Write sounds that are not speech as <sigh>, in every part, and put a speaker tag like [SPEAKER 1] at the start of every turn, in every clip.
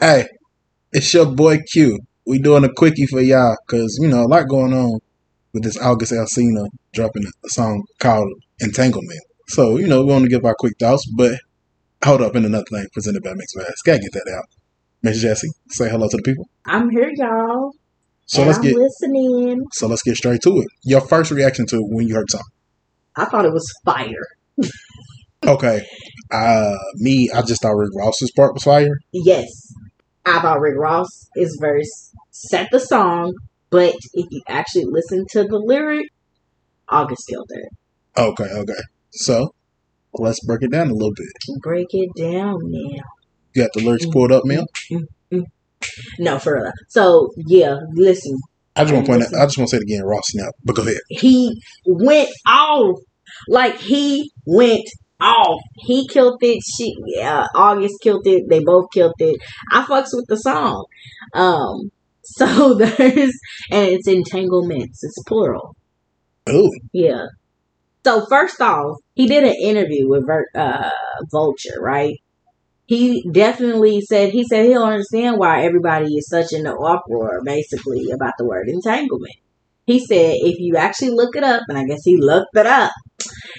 [SPEAKER 1] Hey, it's your boy Q. We doing a quickie for y'all because you know a lot going on with this August Alsina dropping a song called Entanglement. So you know we want to give our quick thoughts, but hold up, and another thing presented by Mix Vibes. Gotta get that out. Miss Jessie, say hello to the people.
[SPEAKER 2] I'm here, y'all.
[SPEAKER 1] So
[SPEAKER 2] and
[SPEAKER 1] let's
[SPEAKER 2] I'm
[SPEAKER 1] get
[SPEAKER 2] listening.
[SPEAKER 1] so let's get straight to it. Your first reaction to it when you heard the song.
[SPEAKER 2] I thought it was fire.
[SPEAKER 1] Okay, uh, me, I just thought Rick Ross's part was fire.
[SPEAKER 2] Yes, I thought Rick Ross is verse set the song, but if you actually listen to the lyric, August killed it.
[SPEAKER 1] Okay, okay. So let's break it down a little bit.
[SPEAKER 2] Break it down now.
[SPEAKER 1] You got the lyrics pulled up, man.
[SPEAKER 2] No, for real. So yeah, listen.
[SPEAKER 1] I just want to point out. I just want to say it again. Ross snap, but go ahead.
[SPEAKER 2] He went off. Like he went off. He killed it. She uh, August killed it. They both killed it. I fucks with the song. Um <laughs> so there's and it's entanglements. It's plural.
[SPEAKER 1] Ooh,
[SPEAKER 2] Yeah. So first off, he did an interview with Ver- uh, Vulture, right? He definitely said he said he don't understand why everybody is such in the uproar, basically about the word entanglement. He said if you actually look it up, and I guess he looked it up,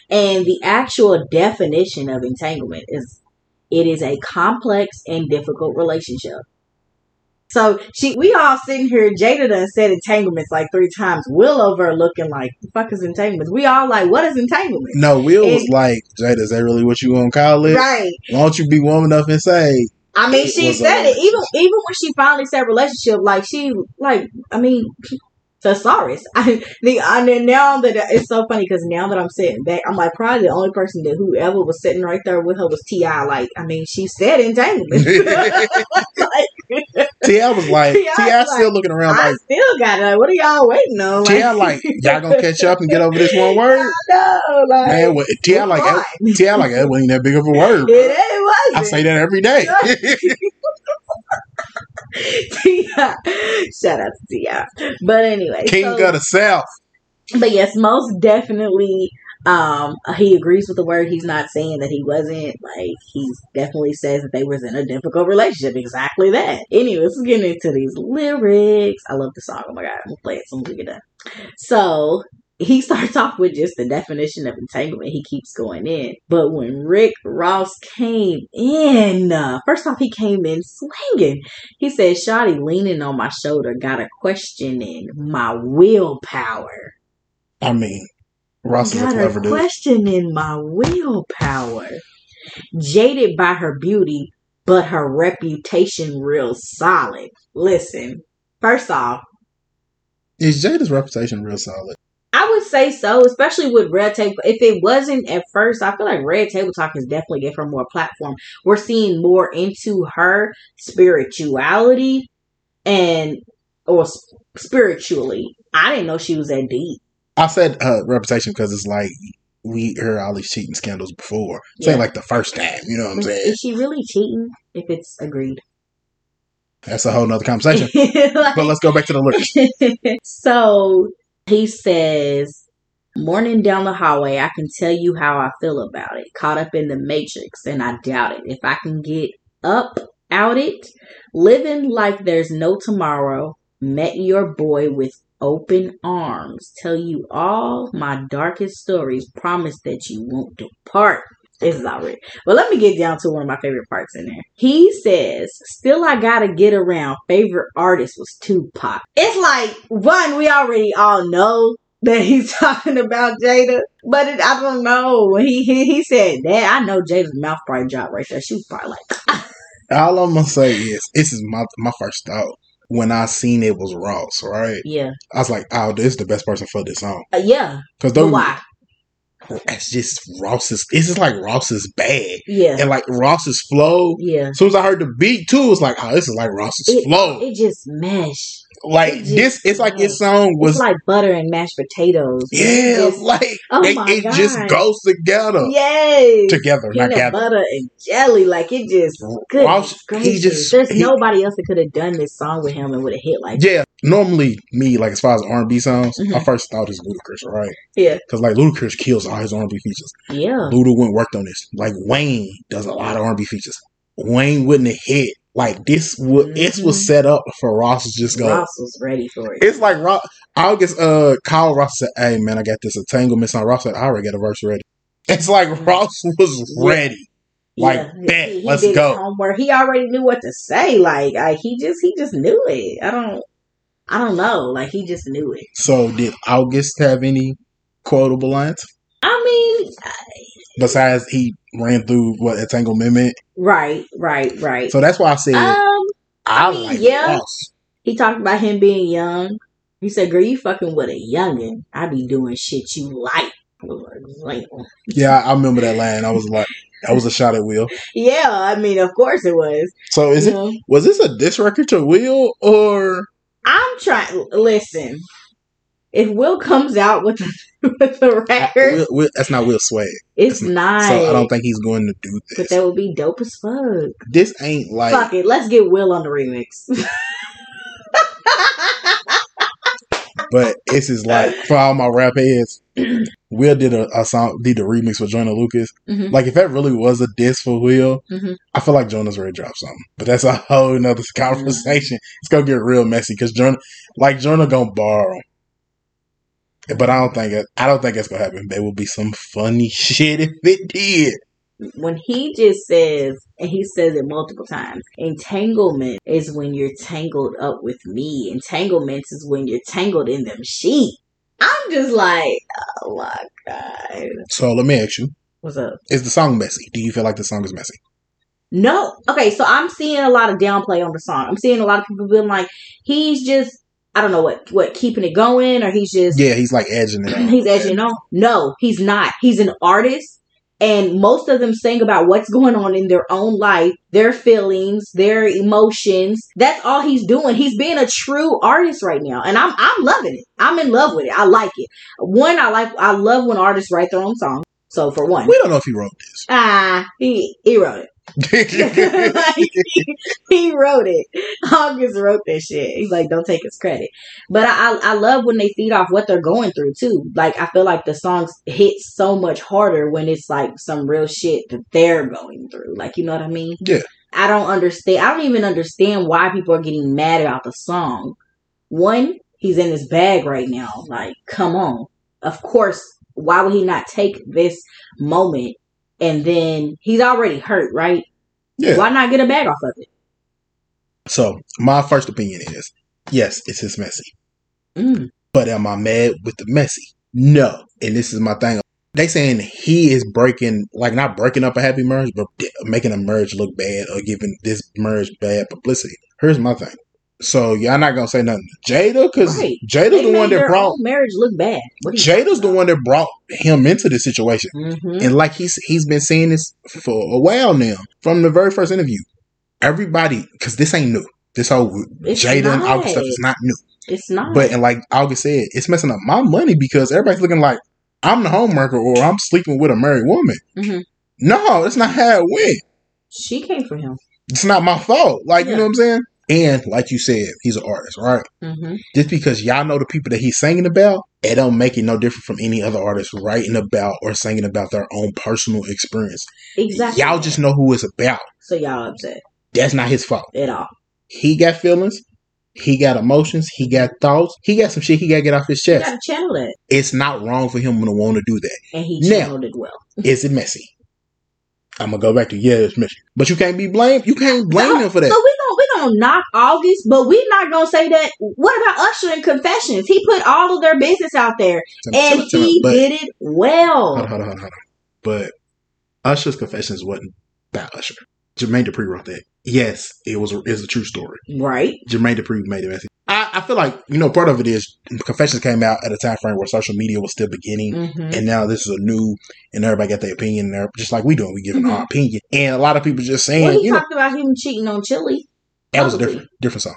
[SPEAKER 2] and the actual definition of entanglement is it is a complex and difficult relationship. So she, we all sitting here. Jada done said entanglements like three times. Willover looking like the fuck is entanglements. We all like what is entanglement?
[SPEAKER 1] no. Will was
[SPEAKER 2] And-
[SPEAKER 1] like, Jada, is that really what you gonna call it?
[SPEAKER 2] Right.
[SPEAKER 1] Why don't you be warm enough and
[SPEAKER 2] <laughs>
[SPEAKER 1] say?
[SPEAKER 2] I mean, she
[SPEAKER 1] was
[SPEAKER 2] said
[SPEAKER 1] a-
[SPEAKER 2] it. Even even when she finally said relationship, like she like I mean, thesaurus. <laughs> I the I mean, now that it's so funny because now that I'm sitting back, I'm like probably the only person that whoever was sitting right there with her was Ti. Like I mean, she said entanglement.
[SPEAKER 1] <laughs>
[SPEAKER 2] like,
[SPEAKER 1] Ti was like,
[SPEAKER 2] T.I.
[SPEAKER 1] Ti
[SPEAKER 2] was
[SPEAKER 1] still looking around
[SPEAKER 2] <laughs> I
[SPEAKER 1] like,
[SPEAKER 2] still got it. What are y'all waiting on?
[SPEAKER 1] Ti like, y'all gonna
[SPEAKER 2] <laughs>
[SPEAKER 1] catch up and get over this one word,
[SPEAKER 2] no, like
[SPEAKER 1] man. What, Ti
[SPEAKER 2] we're
[SPEAKER 1] like, that-
[SPEAKER 2] fine.
[SPEAKER 1] Ti like, that wasn't that big of a
[SPEAKER 2] <laughs>
[SPEAKER 1] word.
[SPEAKER 2] it ain't wasn't.
[SPEAKER 1] I
[SPEAKER 2] <laughs>
[SPEAKER 1] say that every day.
[SPEAKER 2] T.I. Shout out to T.I. But anyway,
[SPEAKER 1] <laughs> King
[SPEAKER 2] so,
[SPEAKER 1] of the South.
[SPEAKER 2] but yes, most definitely, um, he agrees with the word. He's not saying that he wasn't like he definitely says that they was in a difficult relationship. Exactly that. Anyways, let's get into these lyrics. I love the song. Oh my god, I'm gonna play it soon as we get done. So he starts <laughs> off with just the definition of entanglement. He keeps going in, but when Rick Ross came in, uh, first off, he came in swinging. He said, "Shotty leaning on my shoulder, got a question in my willpower."
[SPEAKER 1] I mean, Ross is a
[SPEAKER 2] got
[SPEAKER 1] clever dude.
[SPEAKER 2] question in my willpower. Jaded by her beauty, but her reputation real solid. Listen, first off,
[SPEAKER 1] Is Jada's reputation real solid?
[SPEAKER 2] I would say so, especially with Red Table. If it wasn't at first, I feel like Red Table Talk has definitely given her more platform. We're seeing more into her spirituality and or s- spiritually. I didn't know she was that deep.
[SPEAKER 1] I said uh, reputation because it's like we heard all these cheating scandals before. It's
[SPEAKER 2] Yeah.
[SPEAKER 1] ain't like the first time. You know what I'm
[SPEAKER 2] Is,
[SPEAKER 1] saying?
[SPEAKER 2] is she really cheating? If it's agreed,
[SPEAKER 1] That's a whole nother
[SPEAKER 2] <laughs>
[SPEAKER 1] conversation.
[SPEAKER 2] Like-
[SPEAKER 1] But let's go back to the lyrics.
[SPEAKER 2] <laughs> so he says, Morning down the hallway, I can tell you how I feel about it. Caught up in the matrix, and I doubt it. If I can get up out it, living like there's no tomorrow, met your boy with open arms, tell you all my darkest stories, promise that you won't depart. This is already. But let me get down to one of my favorite parts in there. He says, Still I gotta get around. Favorite artist was Tupac. It's like, one, we already all know that <laughs> he's talking about Jada. But it, I don't know. When he, he he said that, I know Jada's mouth probably dropped right there. She was probably like,
[SPEAKER 1] All I'm gonna say is this is my my first thought when I seen it was Ross. Right?
[SPEAKER 2] Yeah.
[SPEAKER 1] I was like, oh, this is the best person for this song
[SPEAKER 2] Uh, yeah.
[SPEAKER 1] because
[SPEAKER 2] But why?
[SPEAKER 1] that's just Ross's. This is like Ross's bag
[SPEAKER 2] Yeah.
[SPEAKER 1] and like Ross's flow.
[SPEAKER 2] Yeah.
[SPEAKER 1] As soon as I heard the beat too, it's like, oh, this is like Ross's
[SPEAKER 2] It-
[SPEAKER 1] flow.
[SPEAKER 2] It just mesh.
[SPEAKER 1] like
[SPEAKER 2] it
[SPEAKER 1] this,
[SPEAKER 2] just-
[SPEAKER 1] it's like this song
[SPEAKER 2] It's
[SPEAKER 1] was,
[SPEAKER 2] like butter and mashed potatoes.
[SPEAKER 1] yeah,
[SPEAKER 2] It's just-
[SPEAKER 1] like
[SPEAKER 2] Oh
[SPEAKER 1] it,
[SPEAKER 2] my
[SPEAKER 1] it just
[SPEAKER 2] God.
[SPEAKER 1] goes together,
[SPEAKER 2] Yes.
[SPEAKER 1] together, not
[SPEAKER 2] peanut
[SPEAKER 1] gather.
[SPEAKER 2] butter and jelly. Like it just good.
[SPEAKER 1] Ross, he just
[SPEAKER 2] There's
[SPEAKER 1] he-
[SPEAKER 2] nobody else that could have done this song with him and would have hit like
[SPEAKER 1] Yeah, normally me like as far as R and B songs,
[SPEAKER 2] Mhm.
[SPEAKER 1] my first thought is Ludacris, right?
[SPEAKER 2] Yeah.
[SPEAKER 1] because like Ludacris kills all his R and B features.
[SPEAKER 2] Yeah.
[SPEAKER 1] Luda went worked on this. Like Wayne does a lot of R and B features. Wayne wouldn't have hit Like this was this was set up for Ross to just go.
[SPEAKER 2] Mm-hmm. Ross was ready for it.
[SPEAKER 1] It's like Ross. August. Uh, Kyle Ross said, "Hey man, I got this entanglement." on Ross said, "I already got a verse ready." <laughs> It's like Ross was
[SPEAKER 2] Mm-hmm. Yeah.
[SPEAKER 1] ready. like, bet,
[SPEAKER 2] he, he
[SPEAKER 1] let's
[SPEAKER 2] did his
[SPEAKER 1] go.
[SPEAKER 2] homework. He already knew what to say. Like, like he just he just knew it. I don't I don't know. Like he just knew it.
[SPEAKER 1] So did August have any quotable lines
[SPEAKER 2] I mean,
[SPEAKER 1] besides he ran through what entanglement meant?
[SPEAKER 2] right, right, right.
[SPEAKER 1] So that's why I said
[SPEAKER 2] um,
[SPEAKER 1] I,
[SPEAKER 2] mean,
[SPEAKER 1] like
[SPEAKER 2] yeah.
[SPEAKER 1] Ross.
[SPEAKER 2] He talked about him being young. He said, "Girl, you fucking with a youngin. I be doing shit you like." Like,
[SPEAKER 1] Yeah, I remember that line. I was like, that was a shot at Will.
[SPEAKER 2] yeah, I mean, of course it was.
[SPEAKER 1] So is
[SPEAKER 2] you
[SPEAKER 1] it
[SPEAKER 2] know?
[SPEAKER 1] was this a diss record to Will or
[SPEAKER 2] I'm trying. Listen, if Will comes out with <laughs> with a record,
[SPEAKER 1] Will, Will, that's not Will Swag?
[SPEAKER 2] it's
[SPEAKER 1] So
[SPEAKER 2] not.
[SPEAKER 1] So I don't think he's going to do
[SPEAKER 2] but
[SPEAKER 1] this.
[SPEAKER 2] that would be dope as fuck.
[SPEAKER 1] This ain't like
[SPEAKER 2] Fuck it, let's get Will on the remix. <laughs>
[SPEAKER 1] But this is like for all my rap heads. Will did a, a song, did the remix with Jonah Lucas.
[SPEAKER 2] Mhm.
[SPEAKER 1] Like if that really was a diss for Will,
[SPEAKER 2] Mhm.
[SPEAKER 1] I feel like Jonah's ready to drop something. But that's a whole nother <laughs> conversation. It's gonna get real messy because Jonah, like Jonah, gonna borrow. But I don't think it, I don't think it's gonna happen. There will be some funny <laughs> shit if it did.
[SPEAKER 2] when he just says, and he says it multiple times, entanglement is when you're tangled up with me. Entanglements is when you're tangled in them sheep. I'm just like, oh my god,
[SPEAKER 1] So let me ask you:
[SPEAKER 2] what's up?
[SPEAKER 1] Is the song messy? Do you feel like the song is messy?
[SPEAKER 2] No, okay, so I'm seeing a lot of downplay on the song. I'm seeing a lot of people being like, he's just, I don't know what, what keeping it going, or he's just
[SPEAKER 1] Yeah, he's like edging it. out.
[SPEAKER 2] <laughs> he's edging on. No, he's not. He's an artist. And most of them sing about what's going on in their own life, their feelings, their emotions. That's all he's doing. He's being a true artist right now. And I'm I'm loving it. I'm in love with it. I like it. One, I like I love when artists write their own song. So for one.
[SPEAKER 1] We don't know if he wrote
[SPEAKER 2] Ah, he he wrote it.
[SPEAKER 1] this.
[SPEAKER 2] <laughs> like, he, he wrote it. August wrote that shit. He's like, don't take his credit. But I, I I love when they feed off what they're going through too. Like I feel like the songs hit so much harder when it's like some real shit that they're going through. Like you know what I mean?
[SPEAKER 1] Yeah.
[SPEAKER 2] I don't understand. I don't even understand why people are getting mad about the song. One, he's in his bag right now. Like, come on. Of course, why would he not take this moment? And then he's already hurt, right?
[SPEAKER 1] yeah.
[SPEAKER 2] Why not get a bag off of it?
[SPEAKER 1] So my first opinion is yes, it's his messy.
[SPEAKER 2] Mm.
[SPEAKER 1] But am I mad with the messy? No. And this is my thing. They saying he is breaking, like not breaking up a happy merge, but d- making a merge look bad or giving this merge bad publicity. Here's my thing. So y'all not gonna say nothing, to Jada, because
[SPEAKER 2] Right.
[SPEAKER 1] Jada's
[SPEAKER 2] They
[SPEAKER 1] the one that
[SPEAKER 2] made their
[SPEAKER 1] brought
[SPEAKER 2] own marriage look bad. What do you-
[SPEAKER 1] Jada's the one that brought him into this situation.
[SPEAKER 2] Mhm.
[SPEAKER 1] And like he's he's been saying this for a while now, from the very first interview. Everybody, because this ain't new. This whole
[SPEAKER 2] It's
[SPEAKER 1] Jada and
[SPEAKER 2] not.
[SPEAKER 1] August stuff is not new.
[SPEAKER 2] It's not.
[SPEAKER 1] But and like August said, it's messing up my money because everybody's looking like I'm the homemaker or I'm sleeping with a married woman.
[SPEAKER 2] Mhm.
[SPEAKER 1] No, that's not how it went.
[SPEAKER 2] she came for him.
[SPEAKER 1] It's not my fault. Like
[SPEAKER 2] Yeah.
[SPEAKER 1] you know what I'm saying. And like you said, he's an artist, right?
[SPEAKER 2] hmm
[SPEAKER 1] Just because y'all know the people that he's singing about, it don't make it no different from any other artist writing about or singing about their own personal experience.
[SPEAKER 2] Exactly.
[SPEAKER 1] Y'all just know who it's about.
[SPEAKER 2] so y'all upset
[SPEAKER 1] That's not his fault.
[SPEAKER 2] at all.
[SPEAKER 1] He got feelings. He got emotions. He got thoughts. He got some shit he got to get off his
[SPEAKER 2] You
[SPEAKER 1] chest.
[SPEAKER 2] gotta channel it,
[SPEAKER 1] It's not wrong for him to want to do that.
[SPEAKER 2] and he
[SPEAKER 1] Now-
[SPEAKER 2] channeled it well.
[SPEAKER 1] is it messy? I'm gonna go back to yeah, it's messy. But you can't be blamed. You can't blame him for that.
[SPEAKER 2] So we gonna we gonna knock August, but we not gonna say that. What about Usher and Confessions? He put all of their business out there, and he
[SPEAKER 1] but, Uh-huh.
[SPEAKER 2] did it well.
[SPEAKER 1] Hold on, hold on, hold on, hold on. But Usher's confessions wasn't about Usher. Jermaine Dupri wrote that. Yes, it was. It's a true story.
[SPEAKER 2] Right?
[SPEAKER 1] Jermaine Dupri made it messy. I, I feel like you know part of it is confessions came out at a time frame where social media was still beginning.
[SPEAKER 2] Mm-hmm.
[SPEAKER 1] And now this is a new, and everybody got their opinion there, just like we doing. We giving our
[SPEAKER 2] Mhm.
[SPEAKER 1] opinion, and a lot of people just saying,
[SPEAKER 2] Well, he
[SPEAKER 1] you know,
[SPEAKER 2] talked about him cheating on Chili.
[SPEAKER 1] that was a
[SPEAKER 2] publicly.
[SPEAKER 1] different, different song.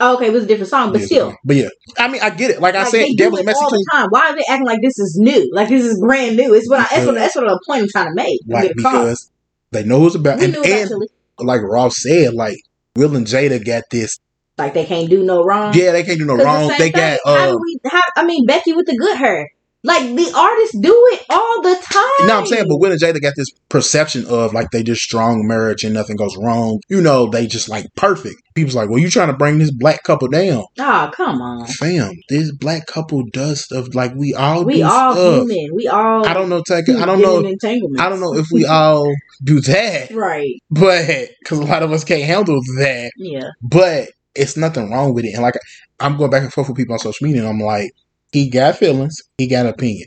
[SPEAKER 2] Oh, okay, it was a different song, but
[SPEAKER 1] Yeah,
[SPEAKER 2] still,
[SPEAKER 1] but yeah, I mean, I get it. Like, I
[SPEAKER 2] Like,
[SPEAKER 1] said,
[SPEAKER 2] they do
[SPEAKER 1] devil's
[SPEAKER 2] it all
[SPEAKER 1] messaging
[SPEAKER 2] the time. Why are they acting like this is new? Like this is brand new. It's what I, that's what that's what the point I'm trying to make. You
[SPEAKER 1] like
[SPEAKER 2] get a call.
[SPEAKER 1] because they know it's about
[SPEAKER 2] we
[SPEAKER 1] and,
[SPEAKER 2] knew about
[SPEAKER 1] and
[SPEAKER 2] Chili.
[SPEAKER 1] like Ross said, like Will and Jada got this.
[SPEAKER 2] Like they can't do no wrong.
[SPEAKER 1] Yeah, they can't do no
[SPEAKER 2] 'Cause Uh-huh.
[SPEAKER 1] wrong.
[SPEAKER 2] the same
[SPEAKER 1] They
[SPEAKER 2] thing,
[SPEAKER 1] got
[SPEAKER 2] how
[SPEAKER 1] uh,
[SPEAKER 2] do we? How, I mean, Becky with the good hair. Like the artists do it all the time.
[SPEAKER 1] You know what I'm saying? But Will and Jada got this perception of like they just strong marriage and nothing goes wrong. You know, they just like perfect. People's like, well, you trying to bring this black couple down.
[SPEAKER 2] Oh, come on.
[SPEAKER 1] Fam, this black couple does stuff like we all
[SPEAKER 2] We
[SPEAKER 1] do
[SPEAKER 2] all
[SPEAKER 1] stuff.
[SPEAKER 2] human. We all
[SPEAKER 1] I don't know, Tech.
[SPEAKER 2] keep
[SPEAKER 1] I don't
[SPEAKER 2] getting
[SPEAKER 1] know.
[SPEAKER 2] entanglements.
[SPEAKER 1] I don't know if we all do that, <laughs>
[SPEAKER 2] <laughs> Right.
[SPEAKER 1] but because a lot of us can't handle that.
[SPEAKER 2] Yeah.
[SPEAKER 1] But it's nothing wrong with it. And like, I'm going back and forth with people on social media, and I'm like, he got feelings, he got opinion,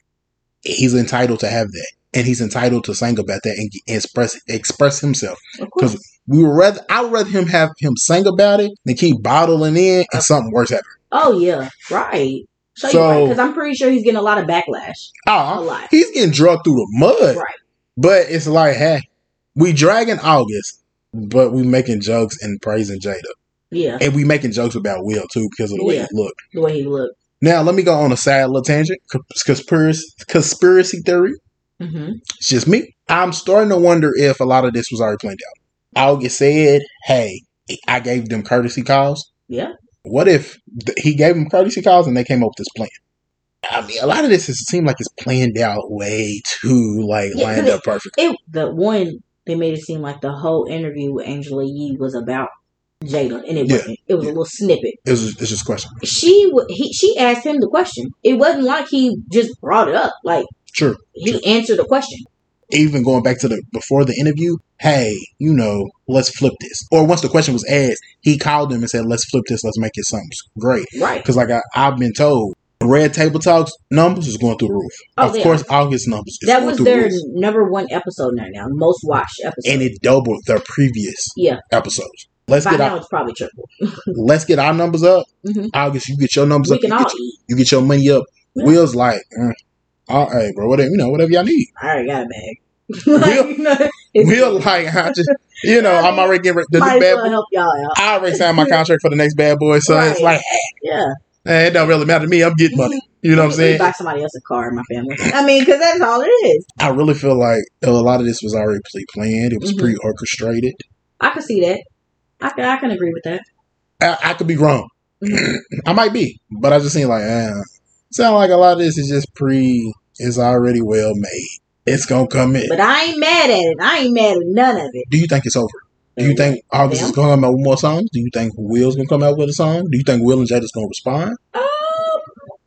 [SPEAKER 1] he's entitled to have that, and he's entitled to sing about that and express express himself.
[SPEAKER 2] Of course.
[SPEAKER 1] We would rather I would rather him have him sing about it than keep bottling in and something worse happen.
[SPEAKER 2] Oh yeah. Right. So, you
[SPEAKER 1] So-
[SPEAKER 2] right, because I'm pretty sure he's getting a lot of backlash. A
[SPEAKER 1] Oh,
[SPEAKER 2] lot.
[SPEAKER 1] he's getting drugged through the mud.
[SPEAKER 2] Right.
[SPEAKER 1] But it's like, hey, we dragging August, but we making jokes and praising Jada.
[SPEAKER 2] Yeah.
[SPEAKER 1] And we making jokes about Will too because of the way
[SPEAKER 2] Yeah.
[SPEAKER 1] he looked.
[SPEAKER 2] The way he looked.
[SPEAKER 1] Now let me go on a side little tangent. Cons- Conspiracy, conspiracy theory.
[SPEAKER 2] hmm
[SPEAKER 1] It's just me. I'm starting to wonder if a lot of this was already planned out. August said, "Hey, I gave them courtesy calls."
[SPEAKER 2] Yeah.
[SPEAKER 1] What if th- he gave them courtesy calls and they came up with this plan? I mean, a lot of this is, seemed like it's planned out way too like
[SPEAKER 2] Yeah,
[SPEAKER 1] lined
[SPEAKER 2] but-
[SPEAKER 1] up perfect.
[SPEAKER 2] It the one they made it seem like the whole interview with Angela Yee was about Jada, and it
[SPEAKER 1] Yeah.
[SPEAKER 2] wasn't. It was a little snippet.
[SPEAKER 1] It was, it's just a question.
[SPEAKER 2] She w- he she asked him the question. It wasn't like he just brought it up. Like
[SPEAKER 1] Sure.
[SPEAKER 2] he answered the question.
[SPEAKER 1] Even going back to the before the interview, hey, you know, let's flip this. Or once the question was asked, he called them and said, "Let's flip this. Let's make it something great."
[SPEAKER 2] Right.
[SPEAKER 1] Because like I, I've been told, Red Table Talks numbers is going through the roof.
[SPEAKER 2] Oh,
[SPEAKER 1] of
[SPEAKER 2] they
[SPEAKER 1] course, August numbers is
[SPEAKER 2] That
[SPEAKER 1] going
[SPEAKER 2] was
[SPEAKER 1] through
[SPEAKER 2] their
[SPEAKER 1] the roof,
[SPEAKER 2] number one episode right now, most watched episode.
[SPEAKER 1] and it doubled their previous
[SPEAKER 2] Yeah.
[SPEAKER 1] episodes. Let's
[SPEAKER 2] By
[SPEAKER 1] get
[SPEAKER 2] now,
[SPEAKER 1] our,
[SPEAKER 2] it's probably triple.
[SPEAKER 1] let's get our numbers up.
[SPEAKER 2] Mhm.
[SPEAKER 1] August, you get your numbers
[SPEAKER 2] We
[SPEAKER 1] up. You
[SPEAKER 2] can
[SPEAKER 1] get,
[SPEAKER 2] all
[SPEAKER 1] your-
[SPEAKER 2] eat.
[SPEAKER 1] you get your money up.
[SPEAKER 2] Yeah.
[SPEAKER 1] Will's like, mm, all right, bro, whatever you know, whatever y'all need.
[SPEAKER 2] I already got a bag. <laughs> like, you know, it's-
[SPEAKER 1] Will like, I
[SPEAKER 2] <laughs>
[SPEAKER 1] just, you know, I'm already getting rid- the
[SPEAKER 2] might
[SPEAKER 1] new
[SPEAKER 2] as
[SPEAKER 1] bad.
[SPEAKER 2] well help y'all out.
[SPEAKER 1] I already signed my
[SPEAKER 2] <laughs>
[SPEAKER 1] contract for the next bad boy, so it's
[SPEAKER 2] Right.
[SPEAKER 1] like,
[SPEAKER 2] Yeah.
[SPEAKER 1] eh, it don't really matter to me. I'm getting money. You know what I'm
[SPEAKER 2] We
[SPEAKER 1] saying?
[SPEAKER 2] Buy somebody else a car in my family. I mean, because that's all it is.
[SPEAKER 1] I really feel like a lot of this was already pre-planned. It was
[SPEAKER 2] Mhm.
[SPEAKER 1] pre-orchestrated.
[SPEAKER 2] I can see that. I can, I can agree with that.
[SPEAKER 1] I, I could be wrong.
[SPEAKER 2] Mm-hmm.
[SPEAKER 1] <clears throat> I might be, but I just seem like, eh. sound like a lot of this is just pre. It's already well made. It's gonna come in.
[SPEAKER 2] But I ain't mad at it. I Mm-hmm. ain't mad at none of it.
[SPEAKER 1] Do you think it's over? Do you think August is
[SPEAKER 2] Them?
[SPEAKER 1] gonna come out with more songs? Do you think Will's gonna come out with a song? Do you think Will and Jada's gonna respond?
[SPEAKER 2] Um,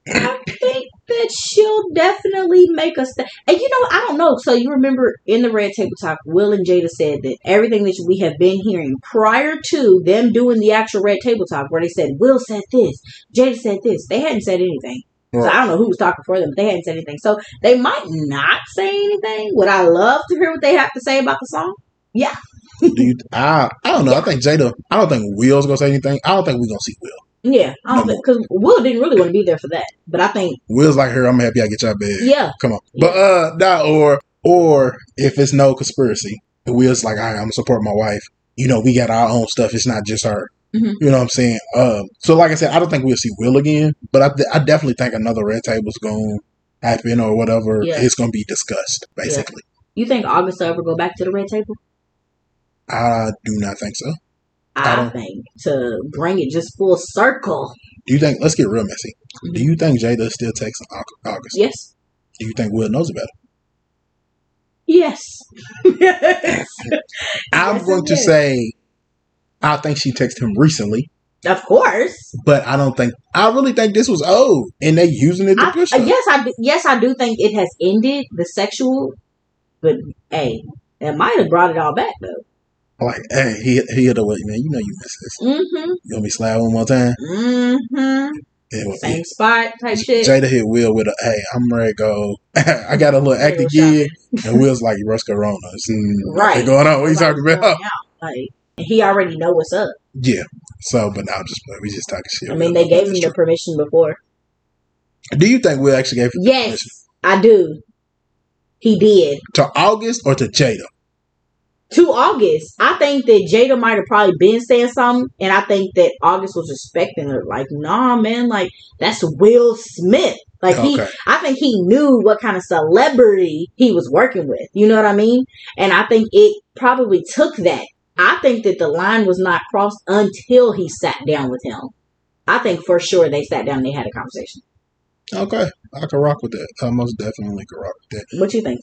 [SPEAKER 2] I think that she'll definitely make us. St- and you know, I don't know. So you remember in the Red Table Talk, Will and Jada said that everything that we have been hearing prior to them doing the actual Red Table Talk, where they said Will said this, Jada said this, they hadn't said anything. So I don't know who was talking for them, but they hadn't said anything. So they might not say anything. Would I love to hear what they have to say about the song?
[SPEAKER 1] Do
[SPEAKER 2] <laughs>
[SPEAKER 1] you? I I don't know. I think Jada. I don't think Will's gonna say anything. I don't think we're gonna see Will.
[SPEAKER 2] Yeah, I don't
[SPEAKER 1] No
[SPEAKER 2] think because Will didn't really want to be there for that. But I think
[SPEAKER 1] Will's like, here, I'm happy I get y'all bed.
[SPEAKER 2] yeah,
[SPEAKER 1] Come on. But uh, nah, or or if it's no conspiracy, Will's like, all right, I'm gonna support my wife. You know, we got our own stuff. It's not just her.
[SPEAKER 2] Mhm.
[SPEAKER 1] You know what I'm saying? Um, so like I said, I don't think we'll see Will again, but I, I definitely think another red table's going to happen or whatever.
[SPEAKER 2] Yeah.
[SPEAKER 1] It's going to be discussed basically.
[SPEAKER 2] you think August will ever go back to the Red Table?
[SPEAKER 1] I do not think so. I
[SPEAKER 2] I
[SPEAKER 1] don't-
[SPEAKER 2] think to bring it just full circle.
[SPEAKER 1] Do you think? Let's get real messy.
[SPEAKER 2] Mhm.
[SPEAKER 1] Do you think Jada still texting Au- August?
[SPEAKER 2] Yes,
[SPEAKER 1] Do you think Will knows about it?
[SPEAKER 2] yes, <laughs> yes.
[SPEAKER 1] I'm
[SPEAKER 2] Yes,
[SPEAKER 1] going
[SPEAKER 2] it
[SPEAKER 1] to
[SPEAKER 2] is.
[SPEAKER 1] say, I think she texted him recently,
[SPEAKER 2] Of course,
[SPEAKER 1] but I don't think I really think this was old, and they using it to
[SPEAKER 2] I, uh,
[SPEAKER 1] push her.
[SPEAKER 2] yes, I do, yes, I do think it has ended the sexual, but hey, that might have brought it all back though.
[SPEAKER 1] Like, hey, he he hit away, man. You know you miss this.
[SPEAKER 2] Mm-hmm.
[SPEAKER 1] You want me to slide one more time?
[SPEAKER 2] Mm-hmm.
[SPEAKER 1] It was-
[SPEAKER 2] Same spot type shit.
[SPEAKER 1] Jada hit Will with a, hey, I'm ready to go. <laughs> I got a little acting gig, and Will's like, Russ Corona. It's, mm,
[SPEAKER 2] Right.
[SPEAKER 1] What's going on? What you talking about?
[SPEAKER 2] <laughs> Like he already know what's up.
[SPEAKER 1] Yeah. So, but now just we just talking shit.
[SPEAKER 2] I mean, they gave him the permission before.
[SPEAKER 1] Do you think Will actually gave it
[SPEAKER 2] Yes, I do. He did.
[SPEAKER 1] to August or to Jada?
[SPEAKER 2] to August. I think that Jada might have probably been saying something, and I think that August was respecting her. Like, nah, man, like that's Will Smith. Like he,
[SPEAKER 1] okay.
[SPEAKER 2] I think he knew what kind of celebrity he was working with. You know what I mean? And I think it probably took that. I think that the line was not crossed until he sat down with him. I think for sure they sat down and they had a conversation.
[SPEAKER 1] Okay, I can rock with that. I most definitely can rock with that.
[SPEAKER 2] What you think?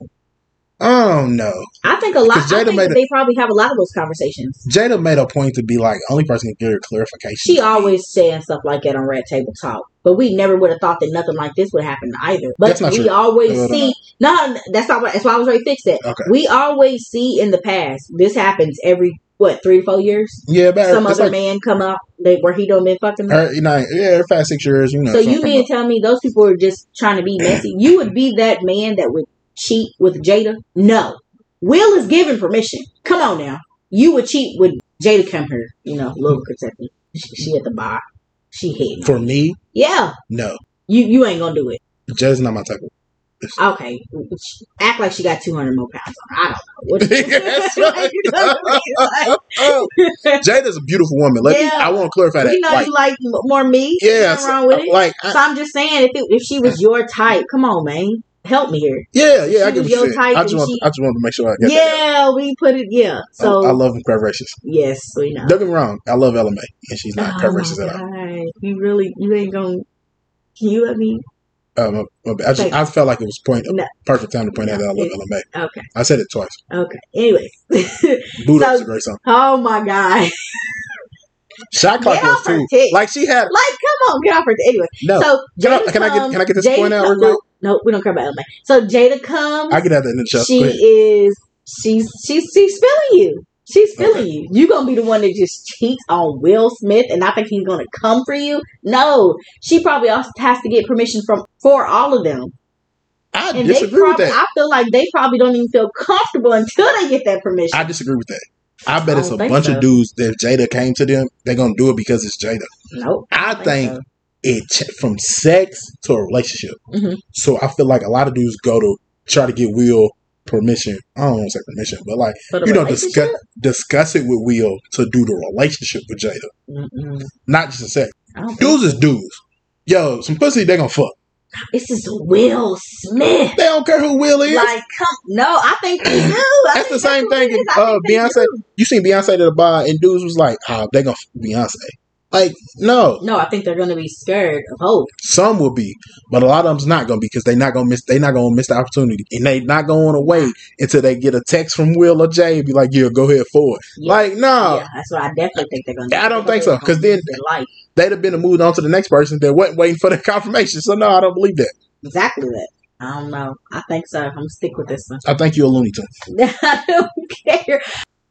[SPEAKER 1] I don't know.
[SPEAKER 2] I think a lot.
[SPEAKER 1] 'Cause Jada
[SPEAKER 2] I think
[SPEAKER 1] made a-
[SPEAKER 2] they probably have a lot of those conversations.
[SPEAKER 1] Jada made a point to be like, only person can give her clarification.
[SPEAKER 2] She always saying stuff like that on Red Table Talk, but we never would have thought that nothing like this would happen either. But
[SPEAKER 1] That's not
[SPEAKER 2] we
[SPEAKER 1] true.
[SPEAKER 2] always
[SPEAKER 1] No, no,
[SPEAKER 2] see. No, that's not. What, that's why I was right. Fix that.
[SPEAKER 1] Okay.
[SPEAKER 2] We always see in the past. This happens every what three four years.
[SPEAKER 1] Yeah, but
[SPEAKER 2] Some
[SPEAKER 1] it's
[SPEAKER 2] other
[SPEAKER 1] like
[SPEAKER 2] man come up that where he don't been fucking.
[SPEAKER 1] her, you know, yeah, her past six years, you know.
[SPEAKER 2] so
[SPEAKER 1] something
[SPEAKER 2] you mean to tell me those people are just trying to be messy? You would be that man that would cheat with Jada? No. Will is given permission. Come on now. You would cheat with Jada come here. You know, little Kentucky. She, she at the bar. She hitting.
[SPEAKER 1] for me,
[SPEAKER 2] Yeah.
[SPEAKER 1] no,
[SPEAKER 2] You you ain't gonna do it.
[SPEAKER 1] Jada's not my type. Of-
[SPEAKER 2] Okay. Act like she got two hundred more pounds on her. I
[SPEAKER 1] <laughs>
[SPEAKER 2] don't know. What-
[SPEAKER 1] That's right.
[SPEAKER 2] You know <laughs> what I mean?
[SPEAKER 1] oh, <laughs>
[SPEAKER 2] Like,
[SPEAKER 1] Jada's a beautiful woman. Let me.
[SPEAKER 2] Yeah.
[SPEAKER 1] I want to clarify that.
[SPEAKER 2] <laughs> you know
[SPEAKER 1] like,
[SPEAKER 2] you like m- more me.
[SPEAKER 1] yeah,
[SPEAKER 2] Nothing wrong with it.
[SPEAKER 1] like, I,
[SPEAKER 2] So I'm just saying, if it, if she was your type, come on, man, help me here.
[SPEAKER 1] yeah, yeah, I get
[SPEAKER 2] She was
[SPEAKER 1] what you
[SPEAKER 2] your
[SPEAKER 1] said.
[SPEAKER 2] type
[SPEAKER 1] I just
[SPEAKER 2] and
[SPEAKER 1] want,
[SPEAKER 2] she-
[SPEAKER 1] I just wanted to make sure I
[SPEAKER 2] Yeah,
[SPEAKER 1] get that.
[SPEAKER 2] we put it. Yeah.
[SPEAKER 1] I- I,
[SPEAKER 2] So
[SPEAKER 1] love him, Crab Racious.
[SPEAKER 2] yes, we know. Oh
[SPEAKER 1] Don't get me wrong, I love LMA, and she's not Crab
[SPEAKER 2] my
[SPEAKER 1] Racious at all.
[SPEAKER 2] God. You really, you ain't gonna. Can you let me?
[SPEAKER 1] Um, my- my bad. I just,
[SPEAKER 2] Thank-
[SPEAKER 1] I felt like it was point
[SPEAKER 2] No.
[SPEAKER 1] perfect time to point out that I love
[SPEAKER 2] It-
[SPEAKER 1] LMA.
[SPEAKER 2] Okay,
[SPEAKER 1] I said it twice.
[SPEAKER 2] okay. Anyways,
[SPEAKER 1] Boot
[SPEAKER 2] So-
[SPEAKER 1] Up's a great song.
[SPEAKER 2] <laughs> oh my God! Like,
[SPEAKER 1] Shot Clock
[SPEAKER 2] Get off
[SPEAKER 1] was
[SPEAKER 2] her
[SPEAKER 1] too.
[SPEAKER 2] tits.
[SPEAKER 1] Like she had
[SPEAKER 2] come on, get off her. Anyway,
[SPEAKER 1] no.
[SPEAKER 2] so
[SPEAKER 1] Can I-
[SPEAKER 2] Jada
[SPEAKER 1] can I get-
[SPEAKER 2] comes-
[SPEAKER 1] can I get this
[SPEAKER 2] Jada
[SPEAKER 1] point out
[SPEAKER 2] come-
[SPEAKER 1] real quick?
[SPEAKER 2] No, no, we don't care about LMA. So Jada comes.
[SPEAKER 1] I could have that in the chest.
[SPEAKER 2] she
[SPEAKER 1] Go ahead.
[SPEAKER 2] is. She's she's she's feeling you. She's feeling
[SPEAKER 1] Okay.
[SPEAKER 2] you. You gonna be the one that just cheats on Will Smith, and I think he's gonna come for you. No, she probably also has to get permission from for all of them.
[SPEAKER 1] I
[SPEAKER 2] And they
[SPEAKER 1] disagree with
[SPEAKER 2] probably,
[SPEAKER 1] that.
[SPEAKER 2] I feel like they probably don't even feel comfortable until they get that permission.
[SPEAKER 1] I disagree with that. I bet
[SPEAKER 2] I
[SPEAKER 1] it's a
[SPEAKER 2] don't think
[SPEAKER 1] bunch
[SPEAKER 2] so.
[SPEAKER 1] of dudes that if Jada came to them, they're gonna do it because it's Jada.
[SPEAKER 2] nope.
[SPEAKER 1] I
[SPEAKER 2] don't
[SPEAKER 1] think
[SPEAKER 2] so.
[SPEAKER 1] it ch- from sex to a relationship.
[SPEAKER 2] Mhm.
[SPEAKER 1] So I feel like a lot of dudes go to try to get Will permission. I don't want to say permission, but like
[SPEAKER 2] For the
[SPEAKER 1] you know, discuss
[SPEAKER 2] relationship?
[SPEAKER 1] discuss it with Will to do the relationship with Jada,
[SPEAKER 2] Mm-mm.
[SPEAKER 1] not just the sex.
[SPEAKER 2] I don't think
[SPEAKER 1] Dudes is dudes. Yo, some pussy they gonna fuck.
[SPEAKER 2] this is Will Smith.
[SPEAKER 1] They don't care who Will is.
[SPEAKER 2] Like, come, no, I think they do. I
[SPEAKER 1] That's
[SPEAKER 2] think
[SPEAKER 1] the same
[SPEAKER 2] what
[SPEAKER 1] thing
[SPEAKER 2] it is.
[SPEAKER 1] if,
[SPEAKER 2] I
[SPEAKER 1] uh,
[SPEAKER 2] think they
[SPEAKER 1] Beyonce-
[SPEAKER 2] do.
[SPEAKER 1] you seen Beyonce at the bar and dudes was like, ah, they gonna fuck Beyonce. Like, no,
[SPEAKER 2] No, I think they're gonna be scared of hope.
[SPEAKER 1] some will be, but a lot of them's not gonna be because they not gonna miss they not gonna miss the opportunity. And they not gonna wait until they get a text from Will or Jay and be like, Yeah, go ahead for it.
[SPEAKER 2] Yeah.
[SPEAKER 1] Like, no.
[SPEAKER 2] yeah, that's what I definitely think they're gonna. do.
[SPEAKER 1] I don't
[SPEAKER 2] They're
[SPEAKER 1] think
[SPEAKER 2] gonna
[SPEAKER 1] so, 'cause then-
[SPEAKER 2] their life
[SPEAKER 1] They'd have been moved on to the next person that wasn't waiting for the <laughs> confirmation. So no, I don't believe that.
[SPEAKER 2] exactly that. I don't know. I think so. I'm gonna stick with this one. <laughs>
[SPEAKER 1] I think you're a looney tune.
[SPEAKER 2] I don't care.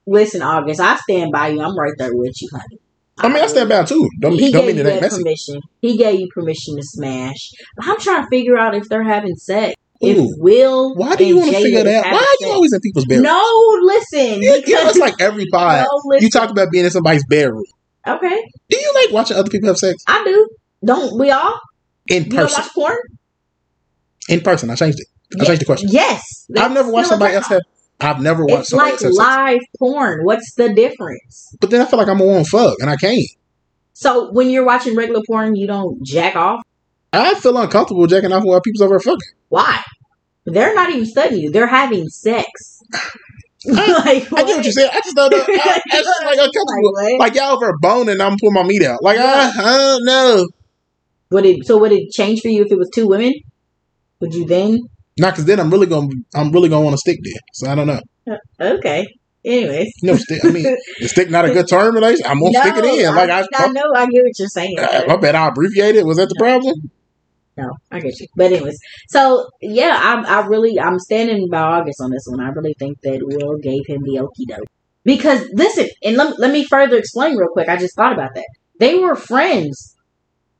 [SPEAKER 2] Listen, August, I stand by you. I'm right there with you, honey.
[SPEAKER 1] I mean I stand by too. Don't, don't
[SPEAKER 2] He gave
[SPEAKER 1] mean
[SPEAKER 2] you
[SPEAKER 1] it ain't
[SPEAKER 2] that
[SPEAKER 1] messy.
[SPEAKER 2] permission. He gave you permission to smash. I'm trying to figure out if they're having sex. If
[SPEAKER 1] Ooh.
[SPEAKER 2] Will,
[SPEAKER 1] Why do you
[SPEAKER 2] and
[SPEAKER 1] want to
[SPEAKER 2] Jada
[SPEAKER 1] figure
[SPEAKER 2] is
[SPEAKER 1] that out?
[SPEAKER 2] having
[SPEAKER 1] Why are
[SPEAKER 2] sex.
[SPEAKER 1] you always in people's bedrooms?
[SPEAKER 2] No,
[SPEAKER 1] You
[SPEAKER 2] listen.
[SPEAKER 1] you know,
[SPEAKER 2] because-
[SPEAKER 1] it's like every pod.
[SPEAKER 2] <laughs> no, listen.
[SPEAKER 1] You talk about being in somebody's bedroom.
[SPEAKER 2] okay,
[SPEAKER 1] Do you like watching other people have sex
[SPEAKER 2] I do. Don't we all?
[SPEAKER 1] in
[SPEAKER 2] You don't
[SPEAKER 1] person?
[SPEAKER 2] watch porn?
[SPEAKER 1] In person, I changed it. I
[SPEAKER 2] Ye-
[SPEAKER 1] changed the question.
[SPEAKER 2] Yes.
[SPEAKER 1] I've never watched
[SPEAKER 2] Still a
[SPEAKER 1] somebody else
[SPEAKER 2] porn.
[SPEAKER 1] have. I've never watched
[SPEAKER 2] It's
[SPEAKER 1] somebody else
[SPEAKER 2] like
[SPEAKER 1] have sex.
[SPEAKER 2] live porn. What's the difference?
[SPEAKER 1] But then I feel like I'm a one fuck, and I can't.
[SPEAKER 2] So when you're watching regular porn, you don't jack off.
[SPEAKER 1] I feel uncomfortable jacking off while people's over there fucking.
[SPEAKER 2] Why? They're not even studying you. They're having sex. <laughs> like
[SPEAKER 1] <sighs> I get what you said. I just
[SPEAKER 2] <laughs>
[SPEAKER 1] don't know. I, I just like uncomfortable.
[SPEAKER 2] Like, what?
[SPEAKER 1] Like y'all over a bone, and I'm pulling my meat out. Like uh-huh, I, I don't know.
[SPEAKER 2] Would it? So would it change for you if it was two women? Would you then?
[SPEAKER 1] Not because then I'm really gonna. I'm really gonna want to stick there. So I don't know.
[SPEAKER 2] Okay. Anyways.
[SPEAKER 1] No, stick. I mean,
[SPEAKER 2] <laughs>
[SPEAKER 1] is stick not a good term? Relation. I'm gonna stick it in. Like I,
[SPEAKER 2] I, I know. I get what you're saying.
[SPEAKER 1] I, I bet I abbreviated. Was that the problem?
[SPEAKER 2] No, I get you. But anyways, so yeah, I'm I really I'm standing by August on this one. I really think that Will gave him the okie doke because listen, and let let me further explain real quick. I just thought about that. They were friends,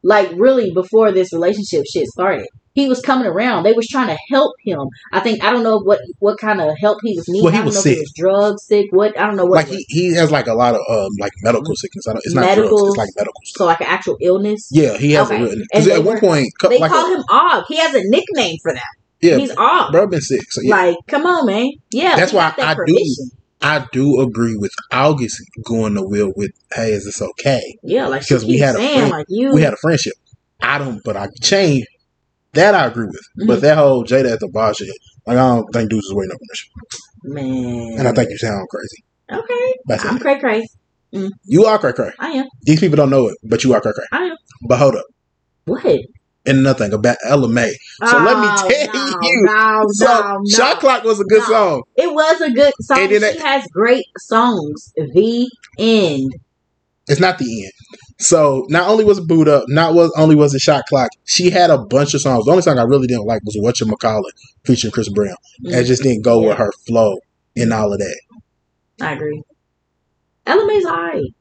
[SPEAKER 2] like really before this relationship shit started. He was coming around. They was trying to help him. I think I don't know what what kind of help he was needing.
[SPEAKER 1] Well, he
[SPEAKER 2] I don't
[SPEAKER 1] was
[SPEAKER 2] know
[SPEAKER 1] sick.
[SPEAKER 2] if he was drug sick. What I don't know what Mm-hmm.
[SPEAKER 1] Like
[SPEAKER 2] it was.
[SPEAKER 1] he, he has like a lot of um like medical sickness. I don't, it's not drugs.
[SPEAKER 2] Medicals.
[SPEAKER 1] It's like medical
[SPEAKER 2] so
[SPEAKER 1] stuff.
[SPEAKER 2] like an actual illness.
[SPEAKER 1] Yeah, he has
[SPEAKER 2] Okay.
[SPEAKER 1] a real.
[SPEAKER 2] And
[SPEAKER 1] Because
[SPEAKER 2] they
[SPEAKER 1] at one
[SPEAKER 2] were-
[SPEAKER 1] point, co-
[SPEAKER 2] They
[SPEAKER 1] like
[SPEAKER 2] call him Og. He has a nickname for that.
[SPEAKER 1] yeah,
[SPEAKER 2] He's Og.
[SPEAKER 1] bro, been sick. So yeah,
[SPEAKER 2] Like, come on, man. Yeah,
[SPEAKER 1] That's
[SPEAKER 2] we
[SPEAKER 1] why
[SPEAKER 2] got that
[SPEAKER 1] I do. I do agree with August going to Will with, "Hey, is this okay?"
[SPEAKER 2] Yeah, like she
[SPEAKER 1] Because we
[SPEAKER 2] keeps
[SPEAKER 1] had a
[SPEAKER 2] saying,
[SPEAKER 1] friend-
[SPEAKER 2] like you.
[SPEAKER 1] We had a friendship. I don't, but I changed. That I agree with.
[SPEAKER 2] Mm-hmm.
[SPEAKER 1] But that whole Jada at the bar shit, like I don't think dudes is waiting on permission.
[SPEAKER 2] man.
[SPEAKER 1] And I think you sound crazy.
[SPEAKER 2] okay,
[SPEAKER 1] That's
[SPEAKER 2] I'm
[SPEAKER 1] it.
[SPEAKER 2] cray cray.
[SPEAKER 1] You are cray cray.
[SPEAKER 2] I am.
[SPEAKER 1] These people don't know it, but you are cray cray.
[SPEAKER 2] I am.
[SPEAKER 1] But hold up,
[SPEAKER 2] What?
[SPEAKER 1] and nothing about Ella May. So let me
[SPEAKER 2] Oh,
[SPEAKER 1] tell
[SPEAKER 2] no,
[SPEAKER 1] you.
[SPEAKER 2] No,
[SPEAKER 1] So
[SPEAKER 2] no, no.
[SPEAKER 1] Shot Clock was a good
[SPEAKER 2] No.
[SPEAKER 1] song.
[SPEAKER 2] It was a good song.
[SPEAKER 1] And then
[SPEAKER 2] she has great songs. The end.
[SPEAKER 1] It's not the end. So not only was it boot up, not was only was it shot clock. She had a bunch of songs. The only song I really didn't like was What You McCall It featuring Chris Brown.
[SPEAKER 2] Mm, Mm-hmm.
[SPEAKER 1] That just didn't go with her flow and all of that.
[SPEAKER 2] I agree. Ella May's alright.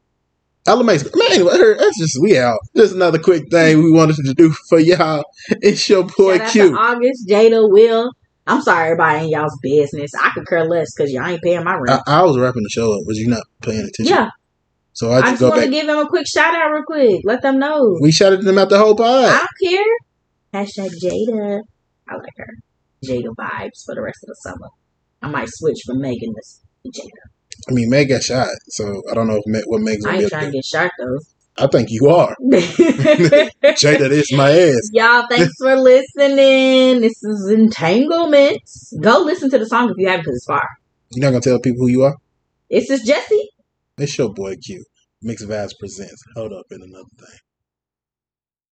[SPEAKER 1] Ella May's man, anyway, her- that's just we out. Just another quick thing we wanted to do for y'all. It's your boy
[SPEAKER 2] Shout out to
[SPEAKER 1] Q.
[SPEAKER 2] August, Jada, Will. I'm sorry, everybody in y'all's business. I could care less because y'all ain't paying my rent.
[SPEAKER 1] I, I was wrapping the show up. Was Uh, you not paying attention?
[SPEAKER 2] yeah,
[SPEAKER 1] So I
[SPEAKER 2] I
[SPEAKER 1] just,
[SPEAKER 2] just
[SPEAKER 1] go
[SPEAKER 2] want
[SPEAKER 1] back.
[SPEAKER 2] to give them a quick shout out, real quick. Let them know.
[SPEAKER 1] we shouted them out the whole pod.
[SPEAKER 2] I don't care. Hashtag Jada. I like her. Jada vibes for the rest of the summer. I might switch from Megan to Jada.
[SPEAKER 1] I mean, Meg got shot, so I don't know if Meg, what Meg's
[SPEAKER 2] I
[SPEAKER 1] gonna be. able
[SPEAKER 2] ain't
[SPEAKER 1] to
[SPEAKER 2] trying to
[SPEAKER 1] do.
[SPEAKER 2] get shark
[SPEAKER 1] I think you are.
[SPEAKER 2] though.
[SPEAKER 1] Jada, this my ass.
[SPEAKER 2] Y'all, thanks for listening. This is Entanglements. Go listen to the song if you haven't, because it's fire.
[SPEAKER 1] You're not gonna tell people who you are.
[SPEAKER 2] It's just Jesse.
[SPEAKER 1] It's your boy Q. Mixed Vibes presents. Hold up and another thing.